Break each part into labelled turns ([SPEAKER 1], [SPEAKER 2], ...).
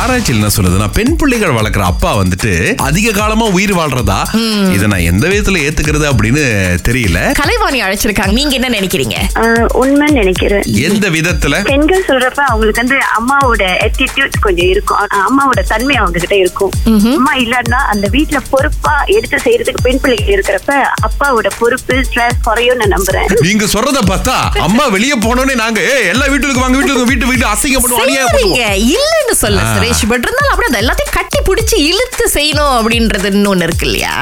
[SPEAKER 1] ஆராய்ச்சியில் என்ன சொல்லுதுன்னா பெண் பிள்ளைகள் வளர்க்குற அப்பா வந்துட்டு அதிக காலமா உயிர் வாழ்றதா இதை நான் எந்த விதத்துல ஏத்துக்கிறது அப்படின்னு தெரியல
[SPEAKER 2] கலைவாணி அழைச்சிருக்காங்க நீங்க என்ன நினைக்கிறீங்க
[SPEAKER 3] ஆஹ் உண்மைன்னு நினைக்கிறேன்
[SPEAKER 1] எந்த விதத்துல
[SPEAKER 3] பெண்கள் சொல்றப்ப அவங்களுக்கு வந்து அம்மாவோட attitude கொஞ்சம் இருக்கும் ஆஹ் அம்மாவோட தன்மை அவங்க கிட்ட இருக்கும் அம்மா இல்லன்னா அந்த வீட்ல பொறுப்பா எடுத்து செய்யறதுக்கு பெண் பிள்ளைகள் இருக்கிறப்ப அப்பாவோட பொறுப்பு ஸ்ட்ரெஸ் குறையும் நான் நம்புறேன்
[SPEAKER 1] நீங்க சொல்றத பார்த்தா அம்மா வெளிய போனோடனே நாங்க ஏய், எல்லா வீட்டுக்கு வாங்க வீட்டுக்கு வீட்டு வீட்டு அசிங்கப்படுவோம் அநியாயம் பண்ணுவோம்
[SPEAKER 2] செய்யறீங்க இல்லன்னு சொல்ல
[SPEAKER 1] ஆ.
[SPEAKER 2] சுரேஷ் பட் இருந்தாலும் அப்படியே அதை எல்லாத்தையும் கட்டி பிடிச்சி இழுத்து செய்யணும் அப்படின்றதுன்னு ஒண்ணு இருக்கு இல்லையா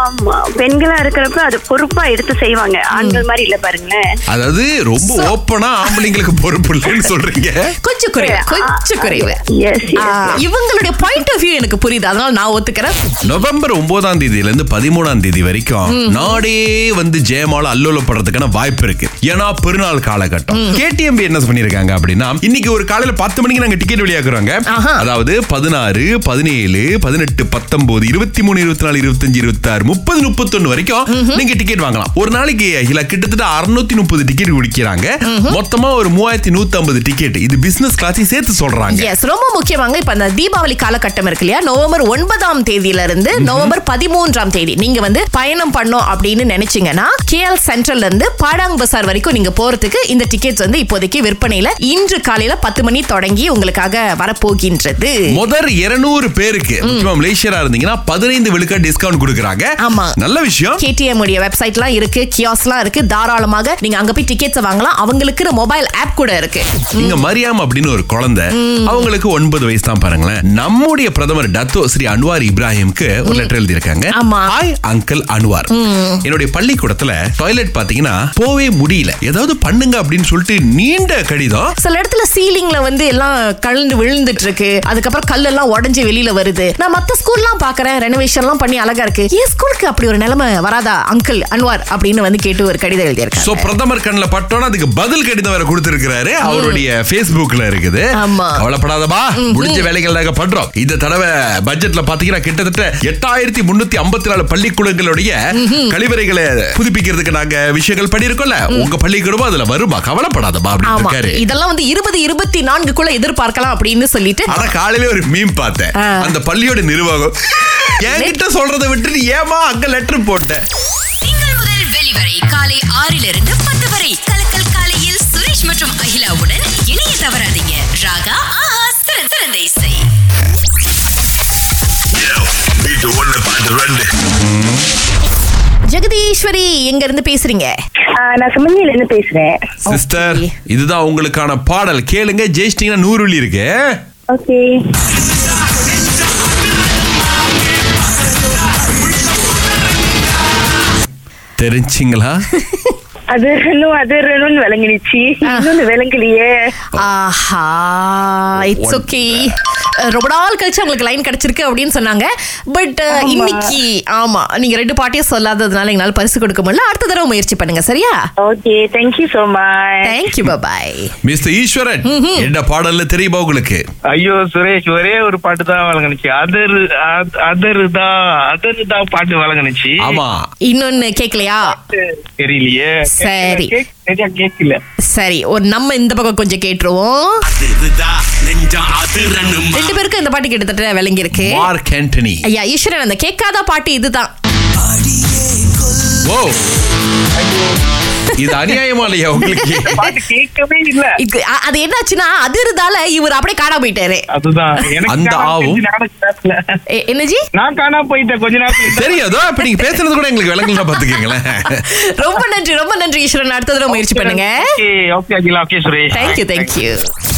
[SPEAKER 3] ஆமா பெண்களா இருக்கிறப்ப அது பொறுப்பா எடுத்து செய்வாங்க ஆண்கள் மாதிரி இல்ல பாருங்களேன்
[SPEAKER 1] அதாவது ரொம்ப ஓப்பனா ஆம்பளைங்களுக்கு பொறுப்பு இல்லைன்னு சொல்றீங்க
[SPEAKER 2] கொஞ்சம் குறைவு கொஞ்சம் குறைவு
[SPEAKER 3] Yes, yes,
[SPEAKER 2] ஆ, இவங்களுடைய பாயிண்ட் ஆஃப் வியூ எனக்கு புரியுது அதனால நான் ஒத்துக்கிறேன்
[SPEAKER 1] நவம்பர் ஒன்பதாம் தேதியில இருந்து பதிமூணாம் தேதி வரைக்கும் நாடே வந்து ஜெயமால அல்லோலப்படுறதுக்கான வாய்ப்பு இருக்கு ஏன்னா பெருநாள் காலகட்டம் கேடிஎம்பி என்ன பண்ணிருக்காங்க அப்படின்னா இன்னைக்கு ஒரு காலையில பத்து மணிக்கு நாங்க டிக்கெட் வெளியாக்குறாங்க
[SPEAKER 2] ஆஹா.
[SPEAKER 1] அதாவது பதினாறு பதினேழு பதினெட்டு பத்தொன்பது இருபத்தி மூணு இருபத்தி நாலு இருபத்தஞ்சு இருபத்தாறு முப்பது முப்பத்தொன்னு வரைக்கும் நீங்க டிக்கெட் வாங்கலாம் ஒரு நாளைக்கு இல்ல கிட்டத்தட்ட அறுநூத்தி முப்பது டிக்கெட் குடிக்கிறாங்க மொத்தமா ஒரு மூவாயிரத்தி நூத்தி ஐம்பது டிக்கெட் இது பிசினஸ் கிளாஸையும் சேர்த்து சொல்றாங்க
[SPEAKER 2] எஸ் ரொம்ப முக்கியமாங்க இப்ப அந்த தீபாவளி காலகட்டம் இருக்கு இல்லையா நவம்பர் ஒன்பதாம் தேதியில இருந்து நவம்பர் பதிமூன்றாம் தேதி நீங்க வந்து பயணம் பண்ணோம் அப்படின்னு நினைச்சீங்கன்னா கேஎல் சென்ட்ரல்ல இருந்து பாடாங் பசார் வரைக்கும் நீங்க போறதுக்கு இந்த டிக்கெட்ஸ் வந்து இப்போதைக்கு விற்பனையில இன்று காலையில பத்து மணி தொடங்கி உங்களுக்காக வரப்போகின்றது
[SPEAKER 1] முதல் 200 பேருக்கு முக்கியமா மலேசியரா இருந்தீங்கன்னா பதினைந்து விழுக்கா டிஸ்கவுண்ட் கொடுக்குறாங்க
[SPEAKER 2] ஆமா.
[SPEAKER 1] நல்ல விஷயம்
[SPEAKER 2] கேடிஎம் உடைய வெப்சைட்லாம் இருக்கு கியாஸ்லாம் இருக்கு தாராளமாக நீங்க அங்க போய் டிக்கெட்ஸ் வாங்கலாம் அவங்களுக்கு மொபைல் ஆப் கூட இருக்கு
[SPEAKER 1] இங்க மரியாம் அப்படின்னு ஒரு குழந்தை அவங்களுக்கு ஒன்பது வயசு தான் பாருங்களேன் நம்முடைய பிரதமர் டத்தோ ஸ்ரீ அன்வார் இப்ராஹிம்க்கு ஒரு லெட்டர் எழுதியிருக்காங்க
[SPEAKER 2] ஆமா.
[SPEAKER 1] ஹாய் அங்கிள் அன்வார் என்னுடைய பள்ளிக்கூடத்துல டாய்லெட் பாத்தீங்கன்னா போவே முடியல ஏதாவது பண்ணுங்க அப்படின்னு சொல்லிட்டு நீண்ட கடிதம்
[SPEAKER 2] சில இடத்துல சீலிங்ல வந்து எல்லாம் கலந்து விழுந்துட்டு இருக்கு அதுக்கப்புறம் கல் எல்லாம் உடைஞ்சு வெளியில வருது நான் மத்த ஸ்கூல்லாம் பாக்குறேன் ரெனோவேஷன் எல்லாம் பண்ணி அழகா இருக்கு என் ஸ்கூலுக்கு அப்படி ஒரு நிலைமை வராதா அங்கிள் அன்வார் அப்படின்னு வந்து கேட்டு ஒரு கடிதம்
[SPEAKER 1] சோ
[SPEAKER 2] எழுதியிருக்காரு
[SPEAKER 1] பிரதமர் கண்ணுல பட்டோன்னா அதுக்கு பதில் கடிதம் வேற கொடுத்திருக்கிறாரு அவருடைய Facebookல இருக்குது
[SPEAKER 2] ஆமா.
[SPEAKER 1] கவலைப்படாதபா முடிஞ்ச வேலைகள் நாங்க பண்றோம் இந்த தடவை பட்ஜெட்ல பாத்தீங்கன்னா கிட்டத்தட்ட எட்டாயிரத்தி முன்னூத்தி ஐம்பத்தி நாலு பள்ளிக்கூடங்களுடைய கழிவறைகளை புதுப்பிக்கிறதுக்கு நாங்க விஷயங்கள் பண்ணிருக்கோம்ல உங்க பள்ளிக்கூடமும் அதுல வருமா கவலைப்படாதபா அப்படின்னு
[SPEAKER 2] ஆமா
[SPEAKER 1] இருக்காரு
[SPEAKER 2] இதெல்லாம் வந்து இருபது இருபத்தி நான்குக்குள்ள எதிர்பார்க்கலாம் அப்படின்னு சொல்லிட்டு
[SPEAKER 1] ஆனா காலையில ஒரு மீம் பார்த்தேன்
[SPEAKER 2] ஆ.
[SPEAKER 1] அந்த பள்ளியோட நிர்வாகம் என்கிட்ட சொல்றதை விட்டுட்டு ஏமா அங்க லெட்டர் போட்டேன்
[SPEAKER 4] திங்கள் முதல் வெளிவரை காலை ஆறிலிருந்து பத்து வரை கலக்கல் காலையில் சுரேஷ் மற்றும் அகிலாவுடன் இணைய தவறாதீங்க ராகா ஆஹா சிறந்த சிறந்த இசை
[SPEAKER 5] வீட்டு ஒண்ணு பாட்டு ரெண்டு
[SPEAKER 2] ஜெகதீஸ்வரி எங்க இருந்து பேசுறீங்க
[SPEAKER 3] ஆஹ் நான் சுமந்தியில இருந்து பேசுறேன்
[SPEAKER 1] சிஸ்டர் இதுதான் உங்களுக்கான பாடல் கேளுங்க ஜெயிச்சிட்டீங்கன்னா நூறுலி இருக்கு
[SPEAKER 3] ஓகே
[SPEAKER 1] தெரிஞ்சிங்களா
[SPEAKER 3] அது இன்னும் அது இன்னும் விளங்கிடுச்சு இன்னொன்னு விளங்கலையே
[SPEAKER 2] ஆஹா இட்ஸ் ஓகே ரொம்ப நாள் கழிச்சு உங்களுக்கு லைன் கிடைச்சிருக்கு அப்படின்னு சொன்னாங்க பட் இன்னைக்கு ஆமா நீங்க ரெண்டு பாட்டையும் சொல்லாததுனால எங்களால பரிசு கொடுக்க முடியல அடுத்த தடவை முயற்சி பண்ணுங்க சரியா
[SPEAKER 3] okay thank you so much
[SPEAKER 2] thank you bye
[SPEAKER 1] mister Eswaran என்ன பாடல்ல தெரியுமா உங்களுக்கு
[SPEAKER 6] ஐயோ சுரேஷ் ஒரே ஒரு பாட்டு தான் வழங்கினுச்சு அதரு அ- அதருதா அதருதா பாட்டு வழங்கினுச்சு
[SPEAKER 1] ஆமா
[SPEAKER 2] இன்னொன்னு கேட்கலையா
[SPEAKER 6] தெரியலையே
[SPEAKER 2] சரி.
[SPEAKER 6] கேக்- சரியா கேட்கல
[SPEAKER 2] சரி ஒரு நம்ம இந்த பக்கம் கொஞ்சம் கேட்டுருவோம்
[SPEAKER 5] இதுதான் நெஞ்சம் அதிரணும்
[SPEAKER 2] ரெண்டு பேருக்கும் இந்த பாட்டு கிட்டத்தட்ட விளங்கி இருக்கு
[SPEAKER 1] மார்க் ஆண்டனி
[SPEAKER 2] ஐயா ஈஸ்வரன் அந்த கேட்காத பாட்டு இதுதான்
[SPEAKER 1] ஓ இது அநியாயமா இல்லையா உங்களுக்கு
[SPEAKER 6] பாட்டு கேட்கவே இல்ல
[SPEAKER 2] இது அ- அது என்னாச்சுன்னா அது இருந்தால இவர் அப்படியே காணாம போயிட்டாரு
[SPEAKER 6] அதுதான் எனக்கு
[SPEAKER 1] அந்த
[SPEAKER 6] காணாம
[SPEAKER 1] ஆவும்.
[SPEAKER 6] போயிடுச்சு, நானும் கேட்கல.
[SPEAKER 2] எ- என்னஜி
[SPEAKER 6] நான் காணாம போயிட்டேன் கொஞ்ச நேரத்துல
[SPEAKER 1] தெரியாதோ இப்ப நீங்க பேசுறது கூட எங்களுக்கு விளங்கலாம் பாத்துக்கீங்களேன்
[SPEAKER 2] ரொம்ப நன்றி ரொம்ப நன்றி ஈஸ்வரன் அடுத்த தடவை முயற்சி பண்ணுங்க
[SPEAKER 6] okay okay Akila okay Suresh
[SPEAKER 2] thank you thank you